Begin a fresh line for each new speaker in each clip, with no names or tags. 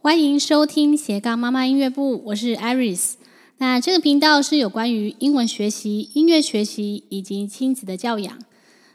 欢迎收听斜杠妈妈音乐部，我是 Iris。那这个频道是有关于英文学习、音乐学习以及亲子的教养。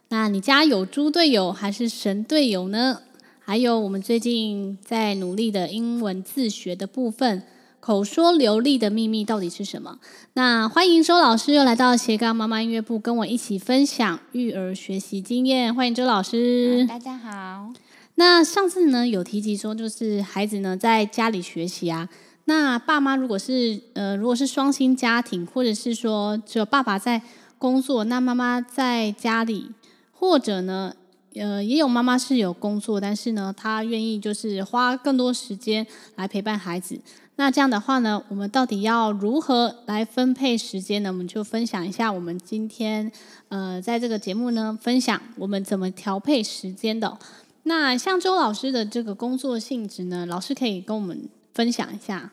那你家有猪队友还是神队友呢？还有我们最近在努力的英文自学的部分，口说流利的秘密到底是什么？那欢迎周老师又来到斜杠妈妈音乐部，跟我一起分享育儿学习经验。欢迎周老师。
大家好，
那上次呢有提及说，就是孩子呢在家里学习啊，那爸妈如果是呃如果是双薪家庭，或者是说只有爸爸在工作，那妈妈在家里，或者呢呃也有妈妈是有工作，但是呢她愿意就是花更多时间来陪伴孩子。那这样的话呢，我们到底要如何来分配时间呢？我们就分享一下我们今天呃在这个节目呢分享我们怎么调配时间的哦、那像周老师的这个工作性质呢，老师可以跟我们分享一下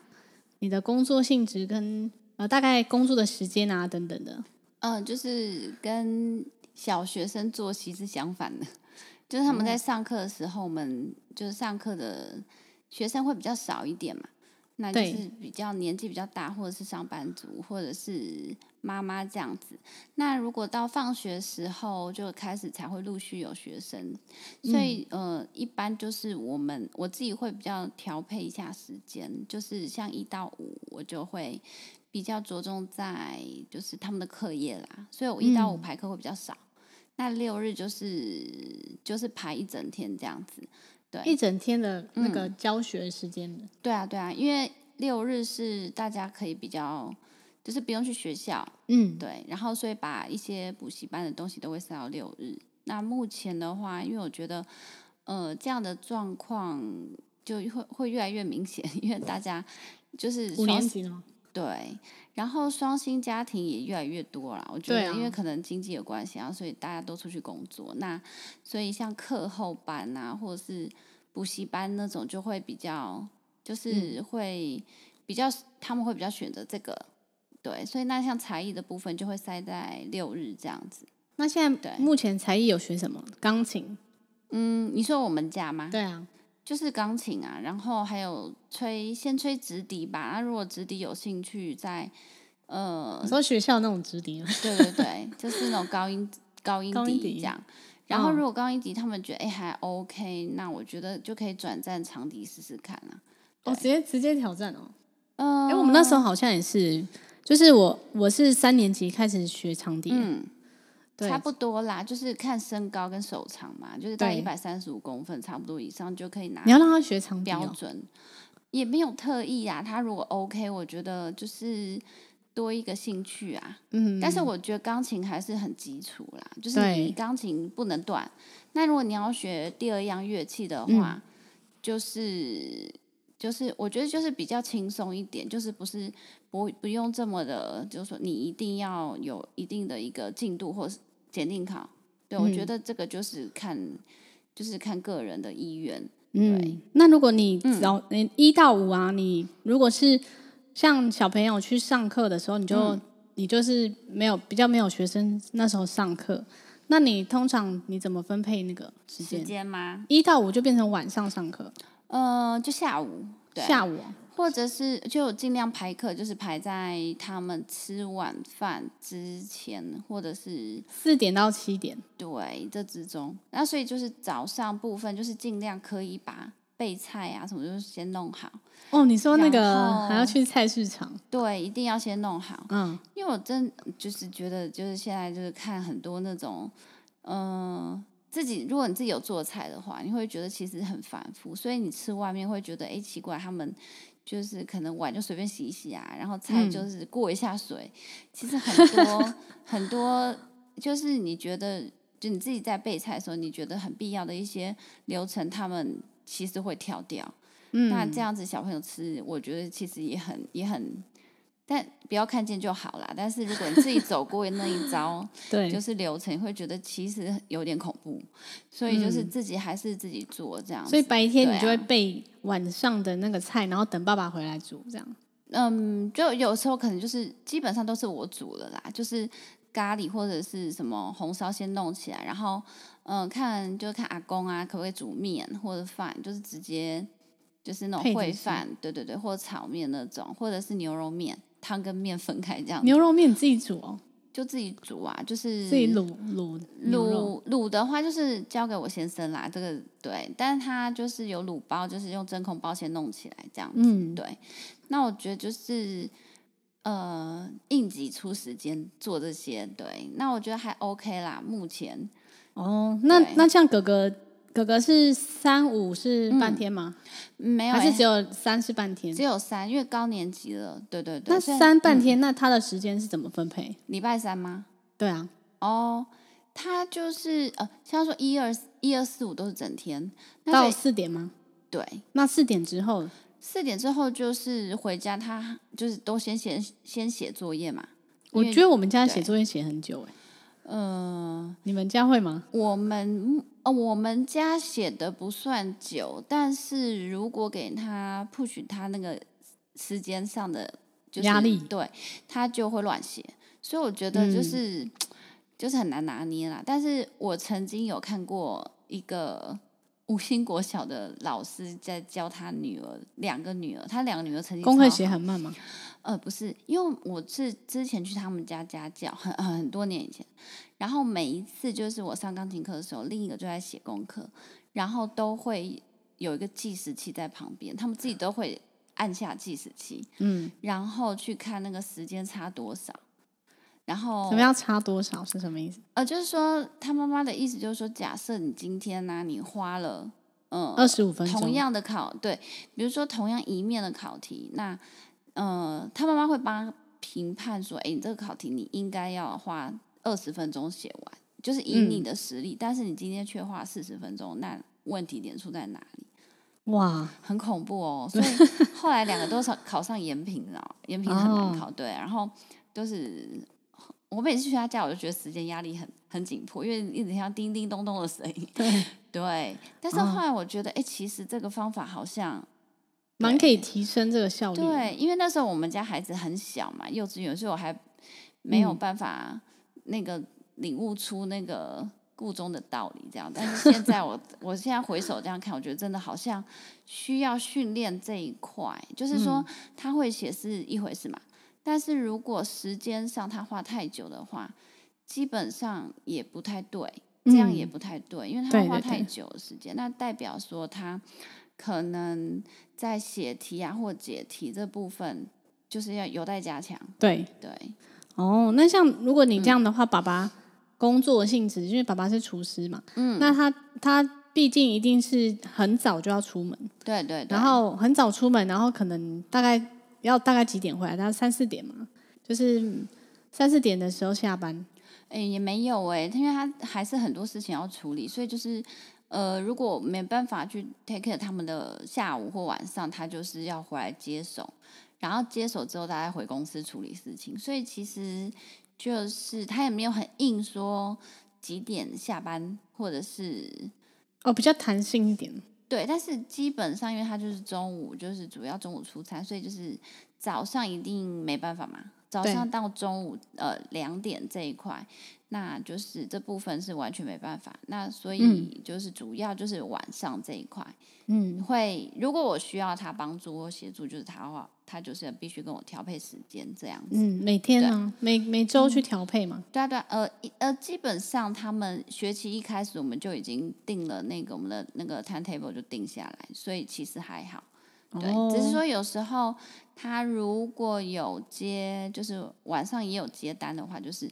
你的工作性质跟呃大概工作的时间啊等等的。
嗯、就是跟小学生作息是相反的， 就是他们在上课的时候，我们就是上课的学生会比较少一点嘛，那就
对
是比较年纪比较大，或者是上班族，或者是妈妈这样子。那如果到放学时候就开始才会陆续有学生，所以、呃，一般就是我们我自己会比较调配一下时间，就是像一到五我就会。比较着重在就是他们的课业啦，所以我一到五
嗯
排课会比较少。那六日就是就是排一整天这样子，
一整天的那个
嗯
教学时间的，
对啊对啊，因为六日是大家可以比较就是不用去学校，
嗯，
对，然后所以把一些补习班的东西都会塞到六日。那目前的话，因为我觉得，呃，这样的状况就会会越来越明显，因为大家就是
五
双
年级了吗？
对，然后双薪家庭也越来越多了。我觉
对
得，因
啊
为可能经济有关系啊，所以大家都出去工作。那所以像课后班啊，或者是补习班那种，就会比较，
嗯
就是会比较，他们会比较选择这个。对，所以那像才艺的部分就会塞在六日这样子。
那现在
对
目前才艺有学什么？钢琴。
嗯，你说我们家吗？
对啊，
就是钢琴啊，然后还有吹，先吹直笛吧。那如果直笛有兴趣，再呃
你，说学校那种直笛吗？
对对对，就是那种高音高音
高音
笛
笛
这样。然后
嗯
如果高音笛他们觉得哎、还 OK，那我觉得就可以转战长笛试试看啊。
哦，直接直接挑战哦。
嗯、
哎、我们那时候好像也是，就是我我是三年级开始学长笛，
嗯
对
差不多啦，就是看身高跟手长嘛，就是到
对
一百三十五公分差不多以上就可以拿
你要让他学长笛、
标
哦，
准，也没有特意啊。他如果 OK，我觉得就是多一个兴趣啊。
嗯，
但是我觉得钢琴还是很基础啦，就是
对
你钢琴不能断。那如果你要学第二样乐器的
嗯
话，就是就是我觉得就是比较轻松一点，就是不是不不用这么的，就是说你一定要有一定的一个进度或是检定考。对，我觉
嗯
得这个就是看就是看个人的意愿。
嗯，那如果你早嗯一到五啊，你如果是像小朋友去上课的时候，你就、
嗯
你就是没有比较没有学生那时候上课，那你通常你怎么分配那个时
时
间？
间吗？
一到五就变成晚上上课，
呃，就下午。对，
下午哦
或者是就尽量排课，就是排在他们吃晚饭之前，或者是
四点到七点。
对这之中。那所以就是早上部分，就是尽量可以把备菜啊什么，就是先弄好。
哦，你说那
然
个
后
还要去菜市场，
对，一定要先弄好，
嗯，
因为我真就是觉得，就是现在就是看很多那种，嗯、自己如果你自己有做菜的话，你会觉得其实很繁复，所以你吃外面会觉得，哎，奇怪，他们就是可能碗就随便洗一洗啊，然后菜
嗯
就是过一下水，其实很多很多就是你觉得，就你自己在备菜的时候，你觉得很必要的一些流程，他们其实会跳掉。
嗯
那这样子小朋友吃，我觉得其实也很也很。但不要看见就好啦。但是如果你自己走过那一遭，
对，
就是流程会觉得其实有点恐怖，所以就是
嗯
自己还是自己做这样子。
所以白天
对
你就会
啊
备晚上的那个菜，然后等爸爸回来煮，这样。
嗯，就有时候可能就是基本上都是我煮了啦，就是咖喱或者是什么红烧先弄起来，然后嗯、呃看就看阿公啊可不可以煮面或者饭，就是直接就是那
配
种
着
烩
吃
饭，对对对，或炒面那种，或者是牛肉面，汤跟面分开这样，
牛肉面你自己煮哦，
就自己煮啊，就是
自己卤卤牛肉，
卤卤的话就是交给我先生啦，这个对，但是他就是有卤包，就是用真空包先弄起来这样子。
嗯
对，那我觉得就是呃应急出时间做这些，对，那我觉得还 OK 啦，目前
哦，那
对
那像哥哥哥哥是三五是半天吗？
没有、
还是
欸
只。有三是半天
只？有三，因为高年级了，对对对。
那
所以
三半
嗯
天，那他的时间是怎么分配？
礼拜三吗？
对啊，
哦，他就是呃，像说一二一二四五都是整天，那
到
所以
四点吗？
对
那四点之后，
四点之后就是回家，他就是都先写先写作业嘛。
我
因为
觉得我们家
对
写作业写很久哎、
呃，
你们家会吗？
我们呃我们家写的不算久，但是如果给他 push 他那个时间上的就是
压力
对他就会乱写。所以我觉得就
嗯
是、就是很难拿捏啦。但是我曾经有看过一个五星国小的老师在教他女儿，两个女儿，他两个女儿成绩
功课
超
写
好
很慢吗？
呃，不是，因为我是之前去他们家家教，很很很多年以前，然后每一次就是我上钢琴课的时候，另一个就在写功课，然后都会有一个计时器在旁边，他们自己都会按下计时器，
嗯，
然后去看那个时间差多少，然后
什么样差多少是什么意思？
呃，就是说他妈妈的意思就是说，假设你今天呢、你花了嗯
二十五分钟，
同样的考，对，比如说同样一面的考题，那呃，他妈妈会帮他评判说，哎，你这个考题你应该要花二十分钟写完，就是以你
嗯
的实力，但是你今天却花四十分钟，那问题点出在哪里？
哇，
很恐怖哦，所以后来两个都考考上延平了，延平很难考，对，然后都是。我每次去他家，我就觉得时间压力很很紧迫，因为一直听到叮叮咚咚的声音。
对，
对，但是
哦
后来我觉得，哎、其实这个方法好像
蛮可以提升这个效率。，
对，因为那时候我们家孩子很小嘛，幼稚园，所以我还没有
嗯
办法那个领悟出那个故中的道理，这样。但是现在我我现在回首这样看，我觉得真的好像需要训练这一块，就是说
嗯
他会写是一回事嘛，但是如果时间上他花太久的话，基本上也不太对，这样也
嗯
不太对，因为他
对
花
对
太
对
久的时间，那代表说他可能在写题啊或解题这部分，就是要有待加强。
对，
对，
哦，那像如果你
嗯
这样的话，爸爸工作性质，因为爸爸是厨师嘛，
嗯，
那他他毕竟一定是很早就要出门，
对对对，
然后很早出门，然后可能大概要大概几点回来？大概三四点嘛，就是三四点的时候下班。
哎、也没有哎、因为他还是很多事情要处理，所以就是呃，如果没办法去 take care 他们的下午或晚上，他就是要回来接手，然后接手之后大家回公司处理事情，所以其实就是他也没有很硬说几点下班或者是。
哦，比较弹性一点。
对，但是基本上，因为他就是中午，就是主要中午出差，所以就是早上一定没办法嘛。早
对
上到中午呃两点这一块，那就是这部分是完全没办法。那所以就是主要就是晚上这一块、
嗯，
会，如果我需要他帮助或协助，就是他的话，他就是必须跟我调配时间这样子。
嗯，每天啊，每每周去调配嘛。
对啊，对啊，呃，一呃，基本上他们学期一开始我们就已经定了那个我们的那个 timetable 就定下来，所以其实还好。对，
哦、
只是说有时候他如果有接，就是晚上也有接单的话，就是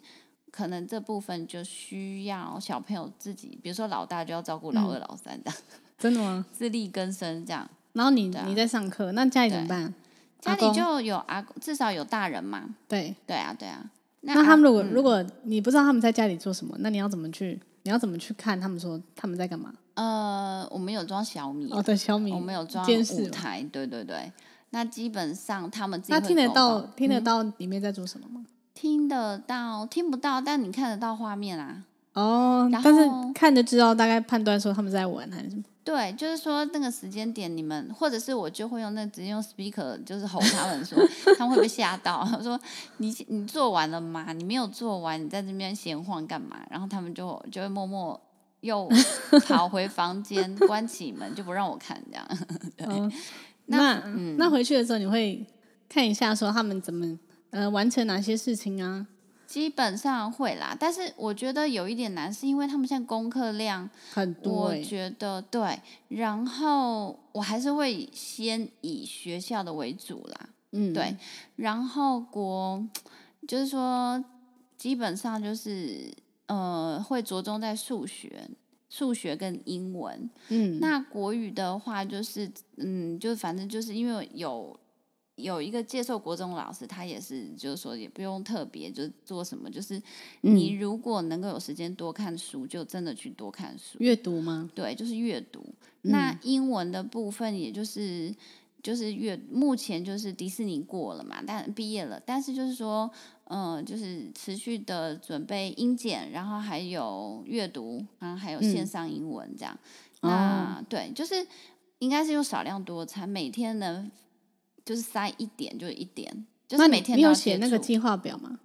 可能这部分就需要小朋友自己，比如说老大就要照顾
嗯
老二、老三这样，
真的吗？
自力更生这样。
然后你、
对啊
你在上课，那家里怎么
对
办？
家
阿
里
公
就有阿公，至少有大人嘛。
对，
对啊，对啊。那
那
阿
他们如果、
嗯
如果你不知道他们在家里做什么，那你要怎么去？你要怎么去看他们说他们在干嘛？
呃，我们有装小米，
哦，对，小米，
我们有装
监视
舞
嘛
台，对对对。那基本上他们自己
那
会
听得
勾
到
画
听得
嗯
到里面在做什么吗？
听得到听不到，但你看得到画面啊。
哦，
然
但是
后
看着知道大概判断说他们在玩还是什么？
对，就是说那个时间点，你们或者是我就会用那直接用 speaker，就是吼他们说，他们会被吓到。他说你你做完了吗？你没有做完，你在这边闲晃干嘛？然后他们就就会默默又跑回房间，关起门就不让我看这样。
嗯，那
嗯
那回去的时候你会看一下说他们怎么呃完成哪些事情啊？
基本上会啦，但是我觉得有一点难，是因为他们现在功课量，
很多
我
欸
觉得对，然后我还是会先以学校的为主啦，
嗯，
对，然后国就是说，基本上就是呃，会着重在数学、数学跟英文。
嗯，
那国语的话，就是嗯，就反正就是因为有。有一个介绍国中老师，他也是，就是说也不用特别就是做什么，就是你如果能够有时间多看书，就真的去多看书。
阅读吗？
对，就是阅读。那
嗯
英文的部分，也就是就是阅，目前就是迪士尼过了嘛，但毕业了，但是就是说，呃，就是持续的准备英检，然后还有阅读，然后还有线上英文这样。
嗯哦
那对，就是应该是用少量多餐，每天能就是塞一点就一点，就是
那你
每天
你
都要
有
接
写那个
触
计划表吗？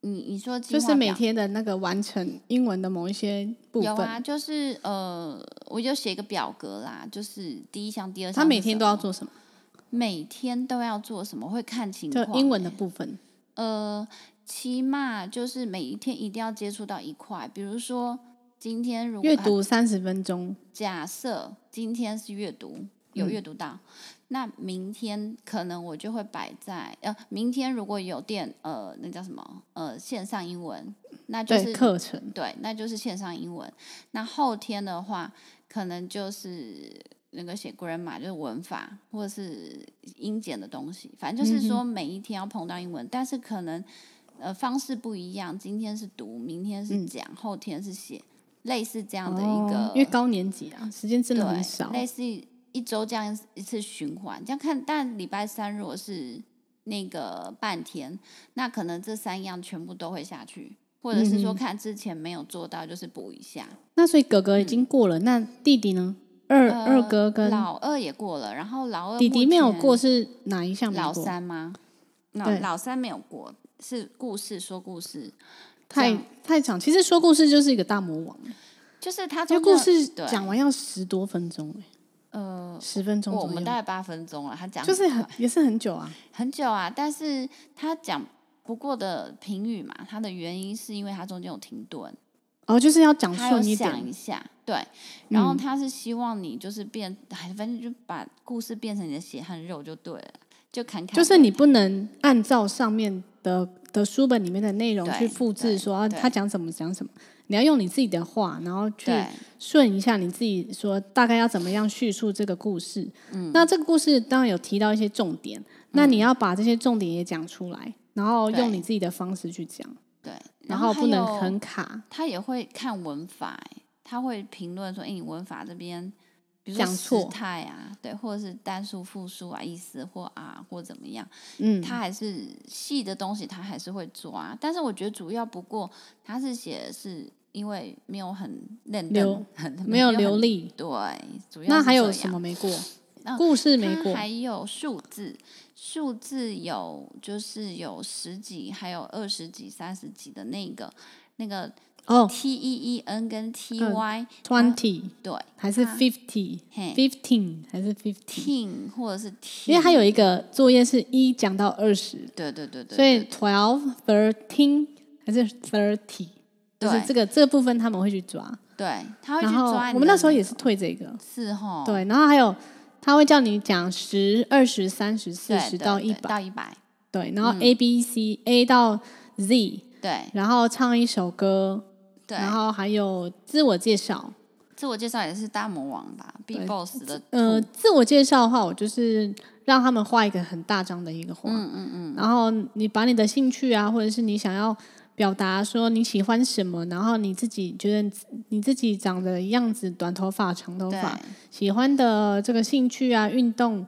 你你说计
就是
划
每
表
天的那个完成英文的某一些部
有
分，
啊，就是呃，我就写一个表格啦，就是第一项、第二项。
他每天都要，做什么？
每天都要做什么？会看情
就
况。
英文的部分，
呃，起码就是每一天一定要接触到一块，比如说今天如果啊
阅读三十分钟，
假设今天是阅读，有
嗯
阅读到，那明天可能我就会摆在呃，明天如果有电呃，那叫什么呃，线上英文，那就
对
是
课程，
对，那就是线上英文。那后天的话，可能就是那个写 grammar，就是文法或者是英检的东西。反
嗯
正就是说每一天要碰到英文，但是可能呃方式不一样。今天是读，明天是讲，后天是写，类似这样的
嗯哦
一个，
因为高年级啊，时间真的很少
对，，类似一周这样一次循环。这样看，但礼拜三如果是那个半天，那可能这三样全部都会下去，或者是说
嗯哼
看之前没有做到，就是补一下。
那所以哥哥已经过了，那弟弟呢？二、
嗯呃
二哥跟
老二也过了，然后老二
弟弟没有
目前
过，是哪一项没
老
过？
三吗？
对
那老三没有过，是故事说故事，
太
讲
太长，其实说故事就是一个大魔王，
就是他
因为
这
故事
对
讲完要十多分钟、欸，
呃。
十分钟
我我
左
们大
右，
概八分钟了，他讲
就是
很
很也是很久啊。
很久啊，但是他讲不过的评语嘛，他的原因是因为他中间有停顿，
哦，就是要讲
他有
顺一
想一
点，
下，对，然后
嗯
他是希望你就是变，哎，反正就把故事变成你的血和肉就对了，就侃侃而谈，
就是你不能按照上面的的书本里面的内容
对
去复制
对
说啊
对
他讲什么讲什么，你要用你自己的话，然后去
对
顺一下你自己说大概要怎么样叙述这个故事。嗯，那这个故事当然有提到一些重
嗯
点，那你要把这些重点也讲出来，然后用
对
你自己的方式去讲，
对，
然
后
后
还
不能
有
很卡，
他也会看文法、欸，他会评论说：“哎、你文法这边，比如
讲
说
错
时态啊，对，或者是单数、复数啊，意思或啊或怎么样。”
嗯，
他还是细的东西，他还是会抓。但是我觉得主要不过他是写的是因为没有很认
流
真， 很
没有
很
流利。
对，主要
那
是
还有
这
什
样
么没过？
那
故事没
它
过，
还有数字，数字有就是有十几，还有二十几、三十几的那个那个
哦嗯
T E E N 跟 T Y，、
，twenty
对，
还是
它
fifty。
嘿
fifteen 还是 fifteen，
teen 或者是 t，
因为它有一个作业是一讲到二十，
对对对对，
所以
对
twelve thirteen 还是 thirty，就是
对
这个这个部分他们会去抓。
对，他会去
然后
抓你的个。哦
我们那时候也是退这个，
是吼，
对，然后还有他会叫你讲十、二十、三十、四
对，
十
对
到
对
一百，
到一百，
对，然后 A B C A 到 Z，
对
然后唱一首歌，
对。
然后还有自我介绍。
自我介绍也是大魔王吧，B Boss 的，
呃，自我介绍的话，我就是让他们画一个很大张的一个画，
嗯嗯嗯，
然后你把你的兴趣啊，或者是你想要表达说你喜欢什么，然后你自己觉得你自己长的样子，短头发、长头
对
发，喜欢的这个兴趣啊、运动，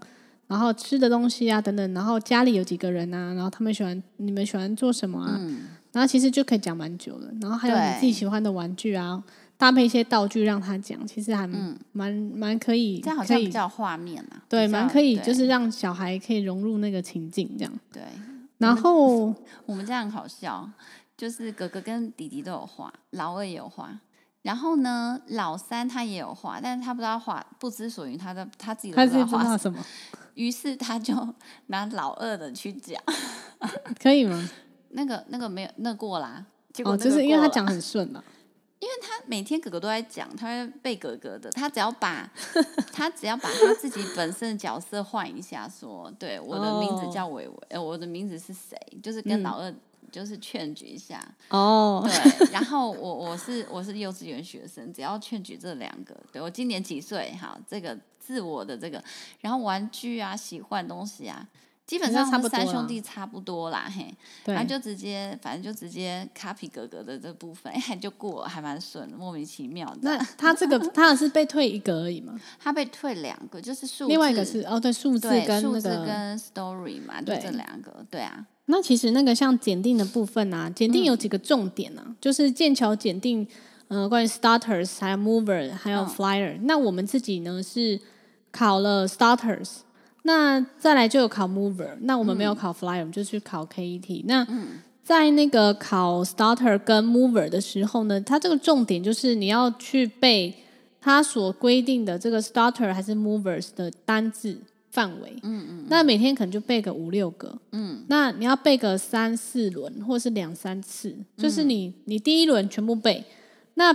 然后吃的东西啊等等，然后家里有几个人啊，然后他们喜欢你们喜欢做什么啊，
嗯
然后其实就可以讲蛮久的。然后还有你
对
自己喜欢的玩具啊，搭配一些道具让他讲，其实还蛮蛮蛮可以，
嗯这样好
可
像比
以
较有画面啊，
对，
比较
蛮可以，
对
就是让小孩可以融入那个情境这样。
对，
然后
嗯我们这样很好笑，就是哥哥跟弟弟都有画，老二也有画，然后呢，老三他也有画，但是他不知道画，不知所云，他的他自己 都
他
不
是
知道
知
画
道
什
什
么，
么？
于是他就 拿老二的去讲，
可以 吗？
那个那个没有那过啦，结果
哦，
那个
就是因为
过
他
了
讲很顺啊嘛。
他每天哥哥都在讲，他会背哥哥的。他只要把， 他只要把他自己本身的角色换一下说，对我的名字
哦
叫伟伟，呃我的名字是谁，就是跟老二就是劝举一下。
嗯哦，
对，然后我我是我是幼稚园学生，只要劝举这两个，对我今年几岁？好，这个自我的这个，然后玩具啊，喜欢东西啊，基本
应该
上
差不
我们三
多啦
兄弟差不多啦，嘿。
对，
然后就直接，反正就直接 copy 哥哥的这部分，哎、 就过了，还蛮顺的，莫名其妙的。
那他这个他也是被退一格而已嘛，
他被退两个，就是数字，
另外一个是哦，对，数字
对
跟
数
那
字
个。
跟 story 嘛，就
对
这两个，对啊，
那其实那个像检定的部分啊，检定有几个重点啊，就是剑桥检定，呃，关于 starters 还有 mover 还有
嗯
flyer、那我们自己呢是考了 starters，那再来就有考 mover，那我们没有考 flyer，、我们就去考 KET。那在那个考 starter 跟 mover 的时候呢，它这个重点就是你要去背它所规定的这个 starter 还是 movers 的单字范围。嗯嗯。那每天可能就背个五六个。嗯。那你要背个三四轮，或是两三次，就是你、你第一轮全部背，那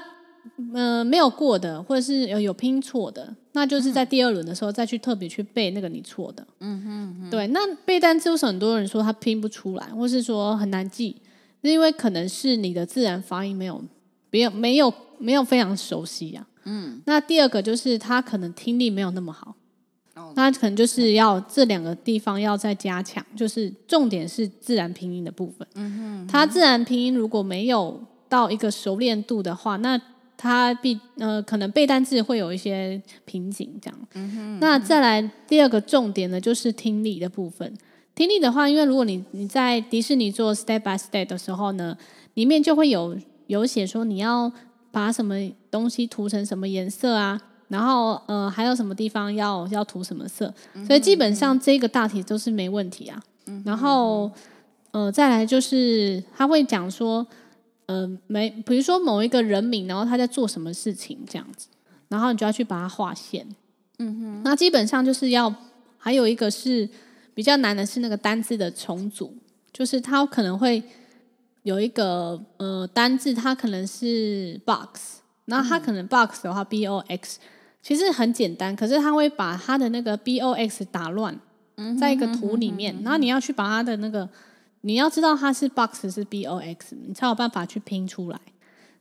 呃没有过的，或者是有有拼错的，那就是在第二轮的时候再去特别去背那个你错的。对，那背单词为什么很多人说他拼不出来，或是说很难记？是因为可能是你的自然发音没有，没有，没有，没有非常熟悉呀、嗯，那第二个就是他可能听力没有那么好，
哦
那可能就是要这两个地方要再加强，就是重点是自然拼音的部分。嗯哼，他自然拼音如果没有到一个熟练度的话，那他必呃可能背单字会有一些瓶颈这样。那再来第二个重点呢，就是听力的部分。听力的话，因为如果你你在迪士尼做 step by step 的时候呢，里面就会有有写说你要把什么东西涂成什么颜色啊，然后呃还有什么地方要要涂什么色，所以基本上这个大题都是没问题啊。然后呃再来就是他会讲说，呃没比如说某一个人名，然后他在做什么事情这样子，然后你就要去把它划线。那基本上就是要，还有一个是比较难的是那个单字的重组，就是它可能会有一个呃单字，它可能是 box，然后它可能 box 的话 b o x，其实很简单，可是它会把它的那个 b o x 打乱，在一个图里面，然后你要去把它的那个，你要知道它是 box 是 b o x，你才有办法去拼出来。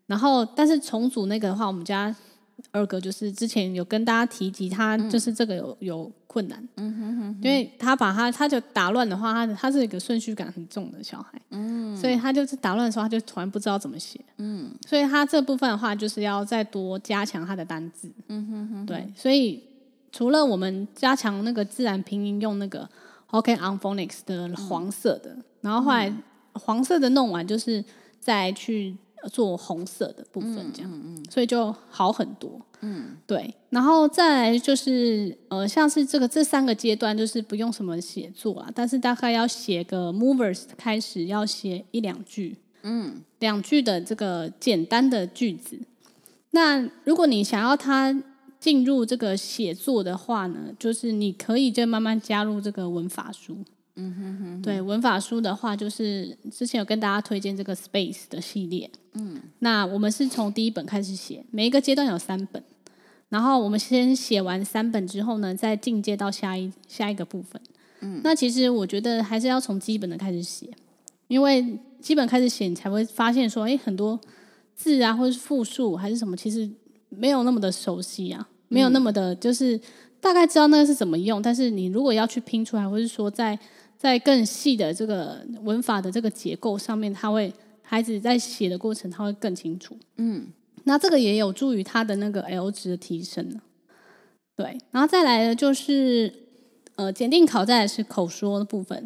然后，但是重组那个的话，我们家二哥就是之前有跟大家提及，他就是这个有、有困难，嗯哼哼因为他把他他就打乱的话，他他是一个顺序感很重的小孩，嗯，所以他就是打乱的时候，他就突然不知道怎么写，嗯，所以他这部分的话，就是要再多加强他的单字，嗯哼哼对，所以除了我们加强那个自然拼音用那个 Hokkien on Phonics 的黄色的，然后后来黄色的弄完，就是再去做红色的部分，这样，所以就好很多，对，然后再来就是呃，像是这个这三个阶段，就是不用什么写作啦，但是大概要写个 movers 开始要写一两句，嗯，两句的这个简单的句子。那如果你想要它进入这个写作的话呢，就是你可以就慢慢加入这个文法书。嗯哼哼对文法书的话，就是之前有跟大家推荐这个 Space 的系列。嗯，那我们是从第一本开始写，每一个阶段有三本。然后我们先写完三本之后呢，再进阶到下一下一个部分。嗯，那其实我觉得还是要从基本的开始写，因为基本开始写，你才会发现说，哎，很多字啊，或者是复数还是什么，其实没有那么的熟悉啊，没有那么的，就是大概知道那个是怎么用，但是你如果要去拼出来，或是说在在更细的这个文法的这个结构上面，他会孩子在写的过程，他会更清楚。那这个也有助于它的那个 L 值的提升呢。对，然后再来的就是呃，检定考再来是口说的部分。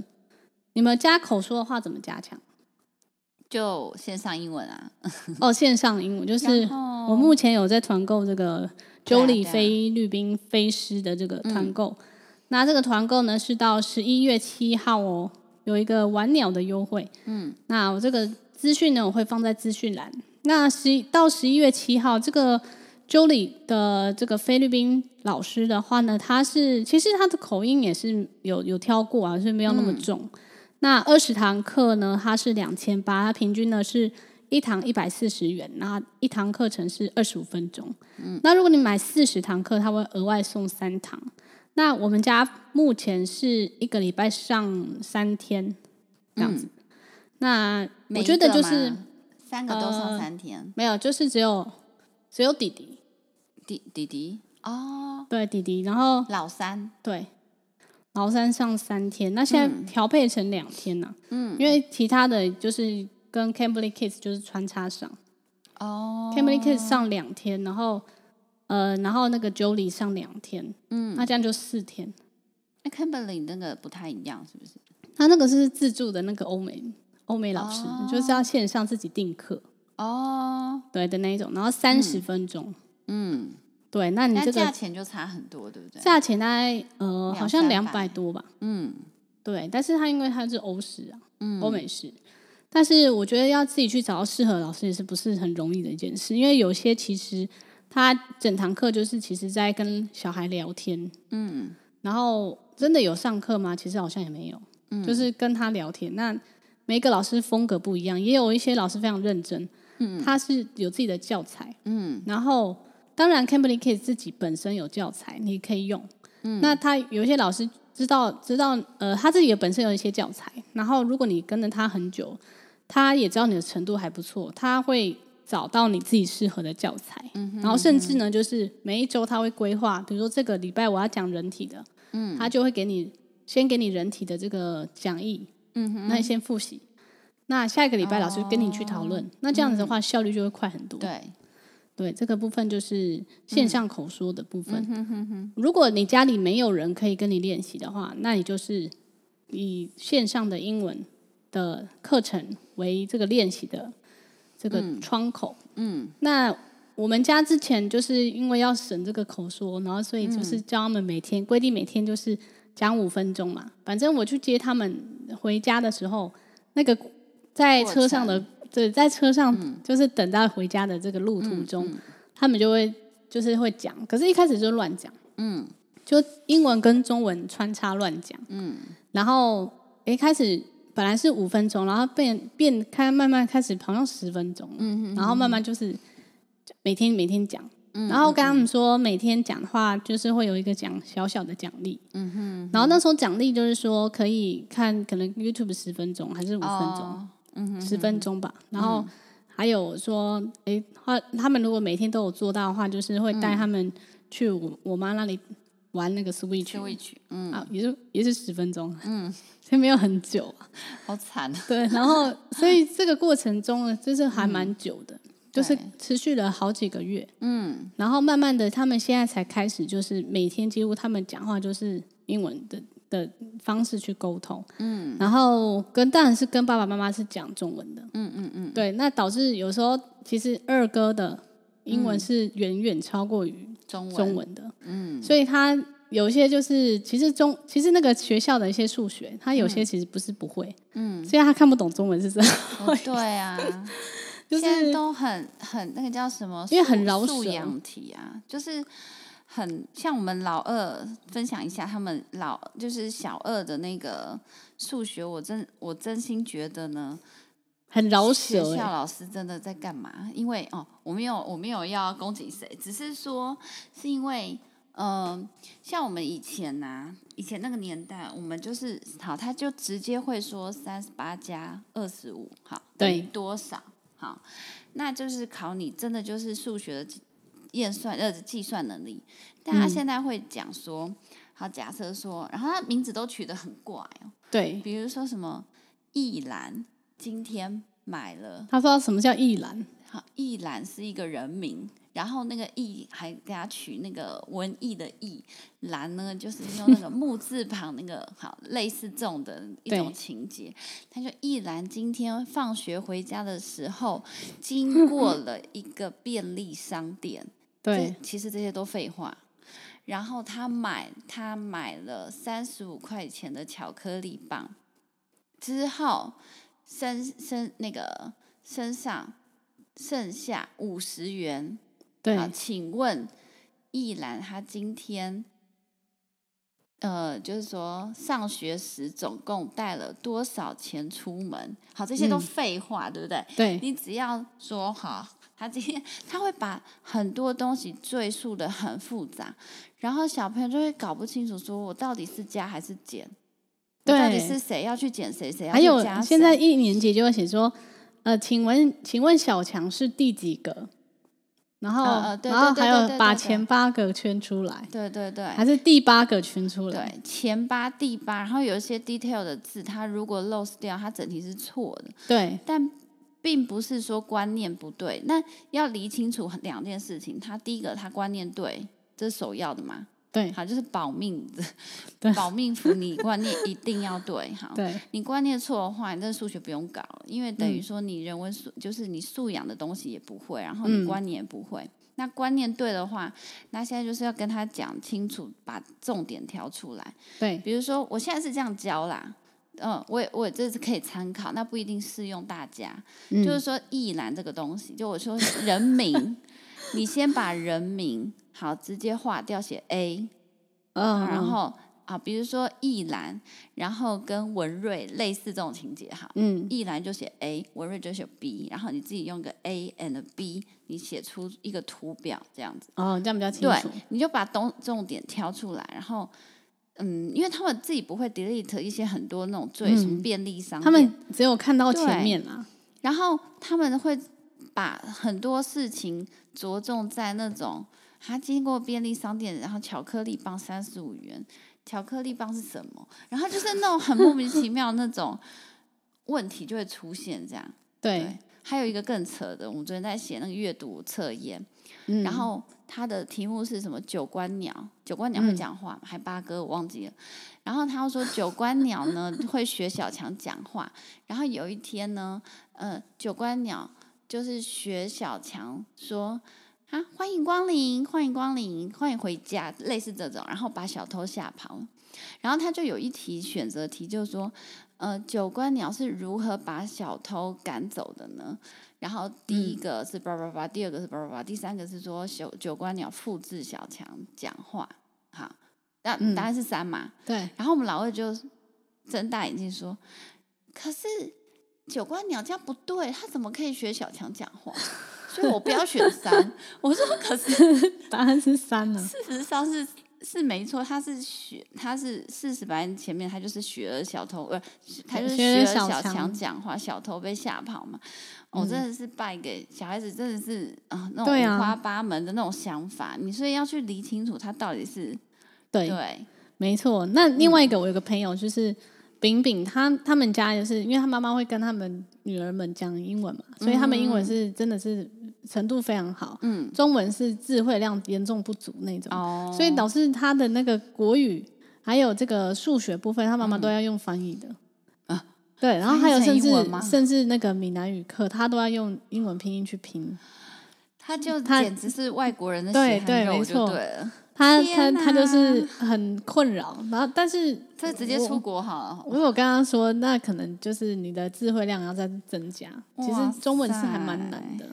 你们加口说的话怎么加强？
就线上英文啊，
哦，线上英文就是
然后
我目前有在团购这个
哦对啊
Jolie
对啊嗯
菲律宾飞狮的这个团购。那这个团购呢是到十一月七号哦，有一个晚鸟的优惠。嗯，那我这个资讯呢我会放在资讯栏，那十到十一月七号，这个 Jolie 的这个菲律宾老师的话呢，他是其实他的口音也是有有挑过啊，所以没有那
嗯
么重。那二十堂课呢，它是两千八，它平均呢是一堂一百四十元，那一堂课程是二十五分钟。
嗯
那如果你买四十堂课，它会额外送三堂。那我们家目前是一个礼拜上三天这样子。那
嗯每
我
一
觉得
个
就是呃
吗三个都上三天，
没有，就是只有只有弟弟，
弟弟弟哦，
对弟弟，然后
老三，
对崂山上三天，那现在调配成两天呢、
嗯，
因为其他的就是跟 Cambly Kids 就是穿插上、
哦
c a m b l y Kids 上两天，然后呃，然后那个 Jolie 上两天，
嗯，
那这样就四天。
那 Kimberly 那个不太一样，是不是？
他那个是自助的那个欧美欧美老师，就是要线上自己订课，
哦，
对的那一种，然后三十分钟，
嗯，
对，那你
那
这
价
个
钱就差很多，对不对？
价钱大概呃好像两
两
百
三百
多吧，
嗯
对，但是他因为他是欧式啊，
嗯，
欧美式。但是我觉得要自己去找到适合的老师也是不是很容易的一件事，因为有些其实他整堂课就是其实在跟小孩聊天，
嗯
然后真的有上课吗？其实好像也没有，
嗯
就是跟他聊天。那每一个老师风格不一样，也有一些老师非常认真，
嗯
他是有自己的教材，
嗯
然后当然 c a m b r i d Kids 自己本身有教材，你可以用。
嗯
那他有一些老师知道知道，呃，他自己本身有一些教材，然后如果你跟着他很久，他也知道你的程度还不错，他会找到你自己适合的教材。
嗯
然后甚至呢，就是每一周他会规划，比如说这个礼拜我要讲人体的，
嗯
他就会给你先给你人体的这个讲义，
嗯
那你先复习。那下一个礼拜老师跟你去讨
哦
论，那这样子
嗯
的话效率就会快很多。
对，
对，这个部分就是线上口说的部分。如果你家里没有人可以跟你练习的话，那你就是以线上的英文的课程为这个练习的这个窗口。
嗯
那我们家之前就是因为要省这个口说，然后所以
嗯
就是教他们每天、规定每天就是讲五分钟嘛。反正我去接他们回家的时候，那个在车上的对，在车上就是等到回家的
嗯
这个路途中，他们就会就是会讲，可是一开始就乱讲，
嗯
就英文跟中文穿插乱讲。
嗯
然后一开始本来是五分钟，然后变变开慢慢开始好像十分钟了，
嗯
然后慢慢就是每天每天讲，然
嗯
后跟他们说每天讲的话就是会有一个奖小小的奖励，
嗯哼，
然后那时候奖励就是说可以看可能 YouTube 十分钟还是五分钟，
哦，嗯哼，嗯
十、分钟吧，然后。还有说，诶，他他们如果每天都有做到的话，就是会
嗯
带他们去我、我妈那里玩那个 Switch，
就一曲，嗯，
啊，也是也是十分钟，嗯， 所以没有很久啊。
好惨啊，
对，然后所以这个过程中呢，就是还蛮久的，就是
嗯对
持续了好几个月，
嗯
然后慢慢的他们现在才开始，就是每天几乎他们讲话就是英文的的方式去沟通，
嗯
然后跟当然是跟爸爸妈妈是讲中文的，
嗯嗯嗯，
对，那导致有时候其实二哥的英
嗯
文是远远超过于
中文，
中文的，
嗯
所以他有一些就是其实中其实那个学校的一些数学，他有些其实不是不会，
嗯，
所以他看不懂中文是这 样，
哦对啊，
就是
现在都很很那个叫什么素，
因为很饶
素
舌
养题啊，就是很像我们老二分享一下他们老就是小二的那个数学，我真我真心觉得呢，
很饶
学
舌、
校
欸。
老师真的在干嘛？因为哦，我没有我没有要攻击谁，只是说是因为。嗯，像我们以前呐、以前那个年代，我们就是好，他就直接会说三十八加二十五，好，等
对
于多少？好，那就是考你真的就是数学的计验算呃计算能力。但他
嗯
现在会讲说，好，假设说，然后他名字都取得很怪哦，
对，
比如说什么一兰今天买了，
他不知道什么叫一览，
好，一兰是一个人名，然后那个义还给他取那个文艺的艺，兰呢就是用那个木字旁那个 好类似这种的一
对
种情节。他说一兰今天放学回家的时候，经过了一个便利商店，
对，
这，其实这些都废话。然后他买，他买了三十五块钱的巧克力棒，之后身身那个身上剩下五十元。
对，
好，请问易兰她今天，呃，就是说上学时总共带了多少钱出门？好，这些都
嗯
废话，对不对？
对，
你只要说好，他今天他会把很多东西赘述的很复杂，然后小朋友就会搞不清楚，说我到底是加还是减，我到底
对
是谁啊要去减谁，谁要
还
去
有
加谁。
现在一年级就会写说，呃，请问请问小强是第几个？然后、
呃呃对
然后
对对
还
对对
有
对
把
对
前八个圈出来，
对对对，
还是第八个圈出来？
对前八第八，然后有一些 detail 的字，它如果 lost 掉，它整体是错的。
对
但并不是说观念不对，那要理清楚两件事情。他第一个，他观念对，这是首要的嘛，
对
好，就是保命
对
的，保命符，你观念一定要对，好。
对
你观念错的话，你这数学不用搞了，因为等于
嗯
说你人文素、就是你素养的东西也不会，然后
嗯
你观念也不会。那观念对的话，那现在就是要跟他讲清楚，把重点挑出来。
对
比如说，我现在是这样教啦，嗯，我也我也这是可以参考，那不一定适用大家。
嗯
就是说，意难这个东西，就我说人名， 你先把人名好直接划掉，写 A，
嗯，
然
嗯
后啊，比如说意兰，然后跟文瑞类似这种情节哈。
嗯
意兰就写 A，文瑞就写 B，然后你自己用个 A and B，你写出一个图表这样子。
哦，这样比较清
对
楚。，
你就把东重点挑出来，然后，嗯，因为他们自己不会 delete 一些很多那种最什么
嗯
便利商店，
他们只有看到前
对
面啦，
然后他们会把很多事情着重在那种，他经过便利商店，然后巧克力棒三十五元，巧克力棒是什么？然后就是那种很莫名其妙那种问题就会出现这样。
对，，
还有一个更扯的，我们昨天在写那个阅读测验。
嗯
然后它的题目是什么？九官鸟，九官鸟会
嗯
讲话吗？还八哥我忘记了。然后他又说九官鸟呢会学小强讲话，然后有一天呢，呃，九官鸟就是学小强说。啊！欢迎光临，欢迎光临，欢迎回家，类似这种，然后把小偷吓跑了。然后他就有一题选择题，就是说，呃，九官鸟是如何把小偷赶走的呢？然后第一个是叭叭叭，第二个是叭叭叭，第三个是说九九官鸟复制小强讲话。好，那
嗯
答案是三嘛？
对
然后我们老二就睁大眼睛说：“可是九官鸟这样不对，他怎么可以学小强讲话？”所以我不要选三。 我说：“可是
答案是三呢，
事实上是是没错，他是学，他是事实摆在前面，他就是学了小偷，呃，他就是
学了
学了
小
小
强
强讲话，小偷被吓跑嘛。我、
嗯
真的是败给小孩子，真的是啊、那种
对啊
五花八门的那种想法，你所以要去理清楚他到底是
对，
对，嗯
没错。那另外一个，我有个朋友就是饼饼，他他们家也是，因为他妈妈会跟他们女儿们讲英文嘛，所以他们英文是真的是程度非常好，
嗯，
中文是智慧量严重不足那种，
哦，
所以导致他的那个国语还有这个数学部分，他妈妈都要用翻译的。
啊
嗯对，然后还有
翻
甚
译成
至
英文吗
甚至那个闽南语课，他都要用英文拼音去拼。
他就
他
简直是外国人的
对
血
对
汗肉
没
就
错
对了，
他他
天
他就是
哪
很困扰，然后但是
这直接
我
出国好了，
我有跟他说，那可能就是你的智慧量要再增加。
哇
其实中文是还蛮难的，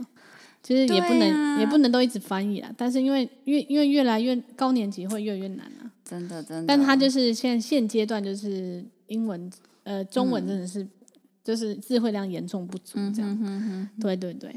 其实
对
也
啊
不能、也不能都一直翻译啊。但是因为越因为越来越高年级会越来越难啊。
真的真的，
但他就是现现阶段就是英文呃中文真的是、就是智慧量严重不足
嗯
这样。
哼哼哼，
对对对。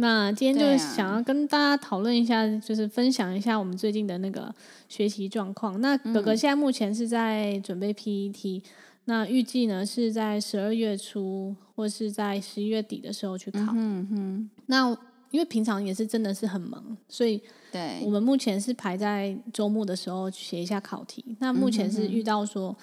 那今天
对
就
啊
是想要跟大家讨论一下，就是分享一下我们最近的那个学习状况。那哥
嗯
哥现在目前是在准备 PET，、那预计呢是在十二月初或是在十一月底的时候去考。
嗯哼，
那因为平常也是真的是很忙，所以
对
我，们目前是排在周末的时候写一下考题。那目前
嗯
是遇到说，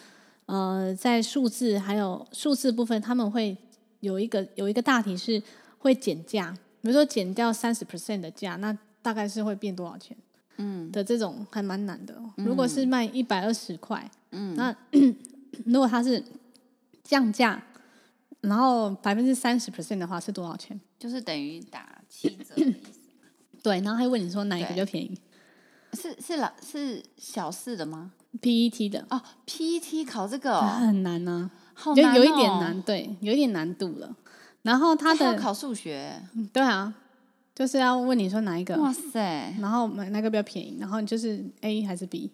呃，在数字还有数字部分，他们会有一个有一个大题是会减价，比如说减掉三十 percent 的价，那大概是会变多少钱
嗯
的这种还蛮难的哦、如果是卖一百二十块，
嗯，
那 如果它是降价，然后百分之三十 percent 的话是多少钱？
就是等于打七折的意 思。
对，然后还问你说哪一个
对
比较便宜
是是老是小四的吗？
？PET E 的、
哦，PET 考这 个、哦、
很难啊呢、
好
就
难、哦，
有一点难，对，有一点难度了。然后他
这还要
的
考数学，
对啊，就是要问你说哪一个，
哇塞，
然后买哪个比较便宜，然后你就是 A 还是 B，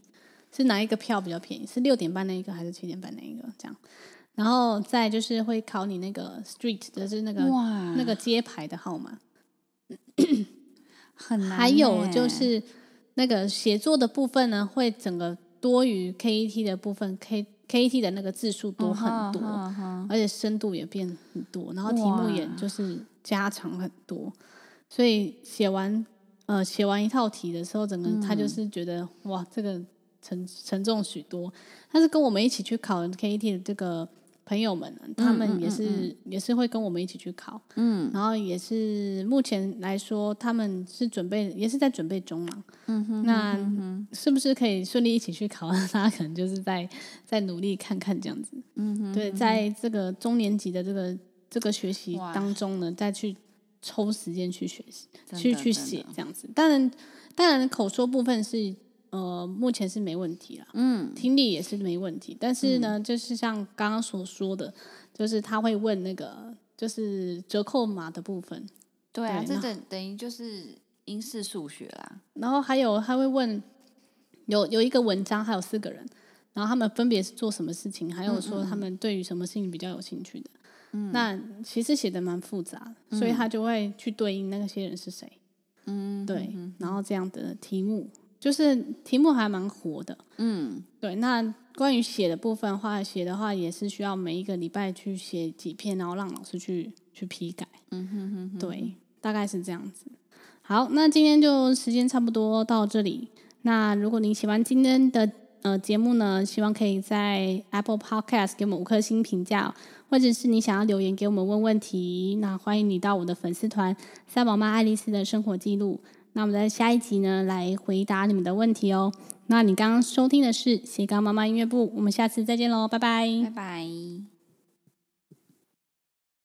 是哪一个票比较便宜？是六点半那一个还是七点半那一个？这样，然后再就是会考你那个 street，就是那个
哇，
那个街牌的号码，
很难欸。
还有就是那个写作的部分呢，会整个多于 KET 的部分，K KET 的那个字数多很多，
嗯哼
而且深度也变很多，然后题目也
哇
就是加长很多，所以写完呃写完一套题的时候，整个他
嗯
就是觉得、哇，这个沉沉重许多。但是跟我们一起去考 KET 的这个朋友们呢，他
嗯
们也
嗯
是、也是会跟我们一起去考，
嗯
然后也是目前来说，他们是准备也是在准备中嘛，
嗯哼，
那
嗯哼
是不是可以顺利一起去考？ 大家可能就是在在努力看看这样子。
嗯哼，
对，在这个中年级的这个这个学习
哇
当中呢，再去抽时间去学习，
真
去
的
去
真
写
的
这样子。当然，当然口说部分是呃目前是没问题啦，
嗯
听力也是没问题。但是呢，就是像刚刚所说的，就是他会问那个就是折扣码的部分，
对啊，
对
这
那
等等于就是英式数学啦，
然后还有他会问，有有一个文章，还有四个人，然后他们分别是做什么事情，
嗯
还有说他们对于什么事情比较有兴趣的。嗯，那其实写的蛮复杂的，所以他就会去对应那些人是谁。
嗯，
对，
嗯
然后这样的题目，就是题目还蛮活的。
嗯，
对，那关于写的部分的话，写的话也是需要每一个礼拜去写几篇，然后让老师去去批改。
嗯哼哼哼，
对，大概是这样子。好，那今天就时间差不多到这里。那如果您喜欢今天的呃节目呢，希望可以在 Apple Podcast 给我们五颗星评价哦、或者是你想要留言给我们问问题，那欢迎你到我的粉丝团“三宝妈爱丽丝的生活记录”。那我们在下一集呢来回答你们的问题哦。那你刚刚收听的是斜杠妈妈音乐部，我们下次再见喽，拜拜
嗯拜拜。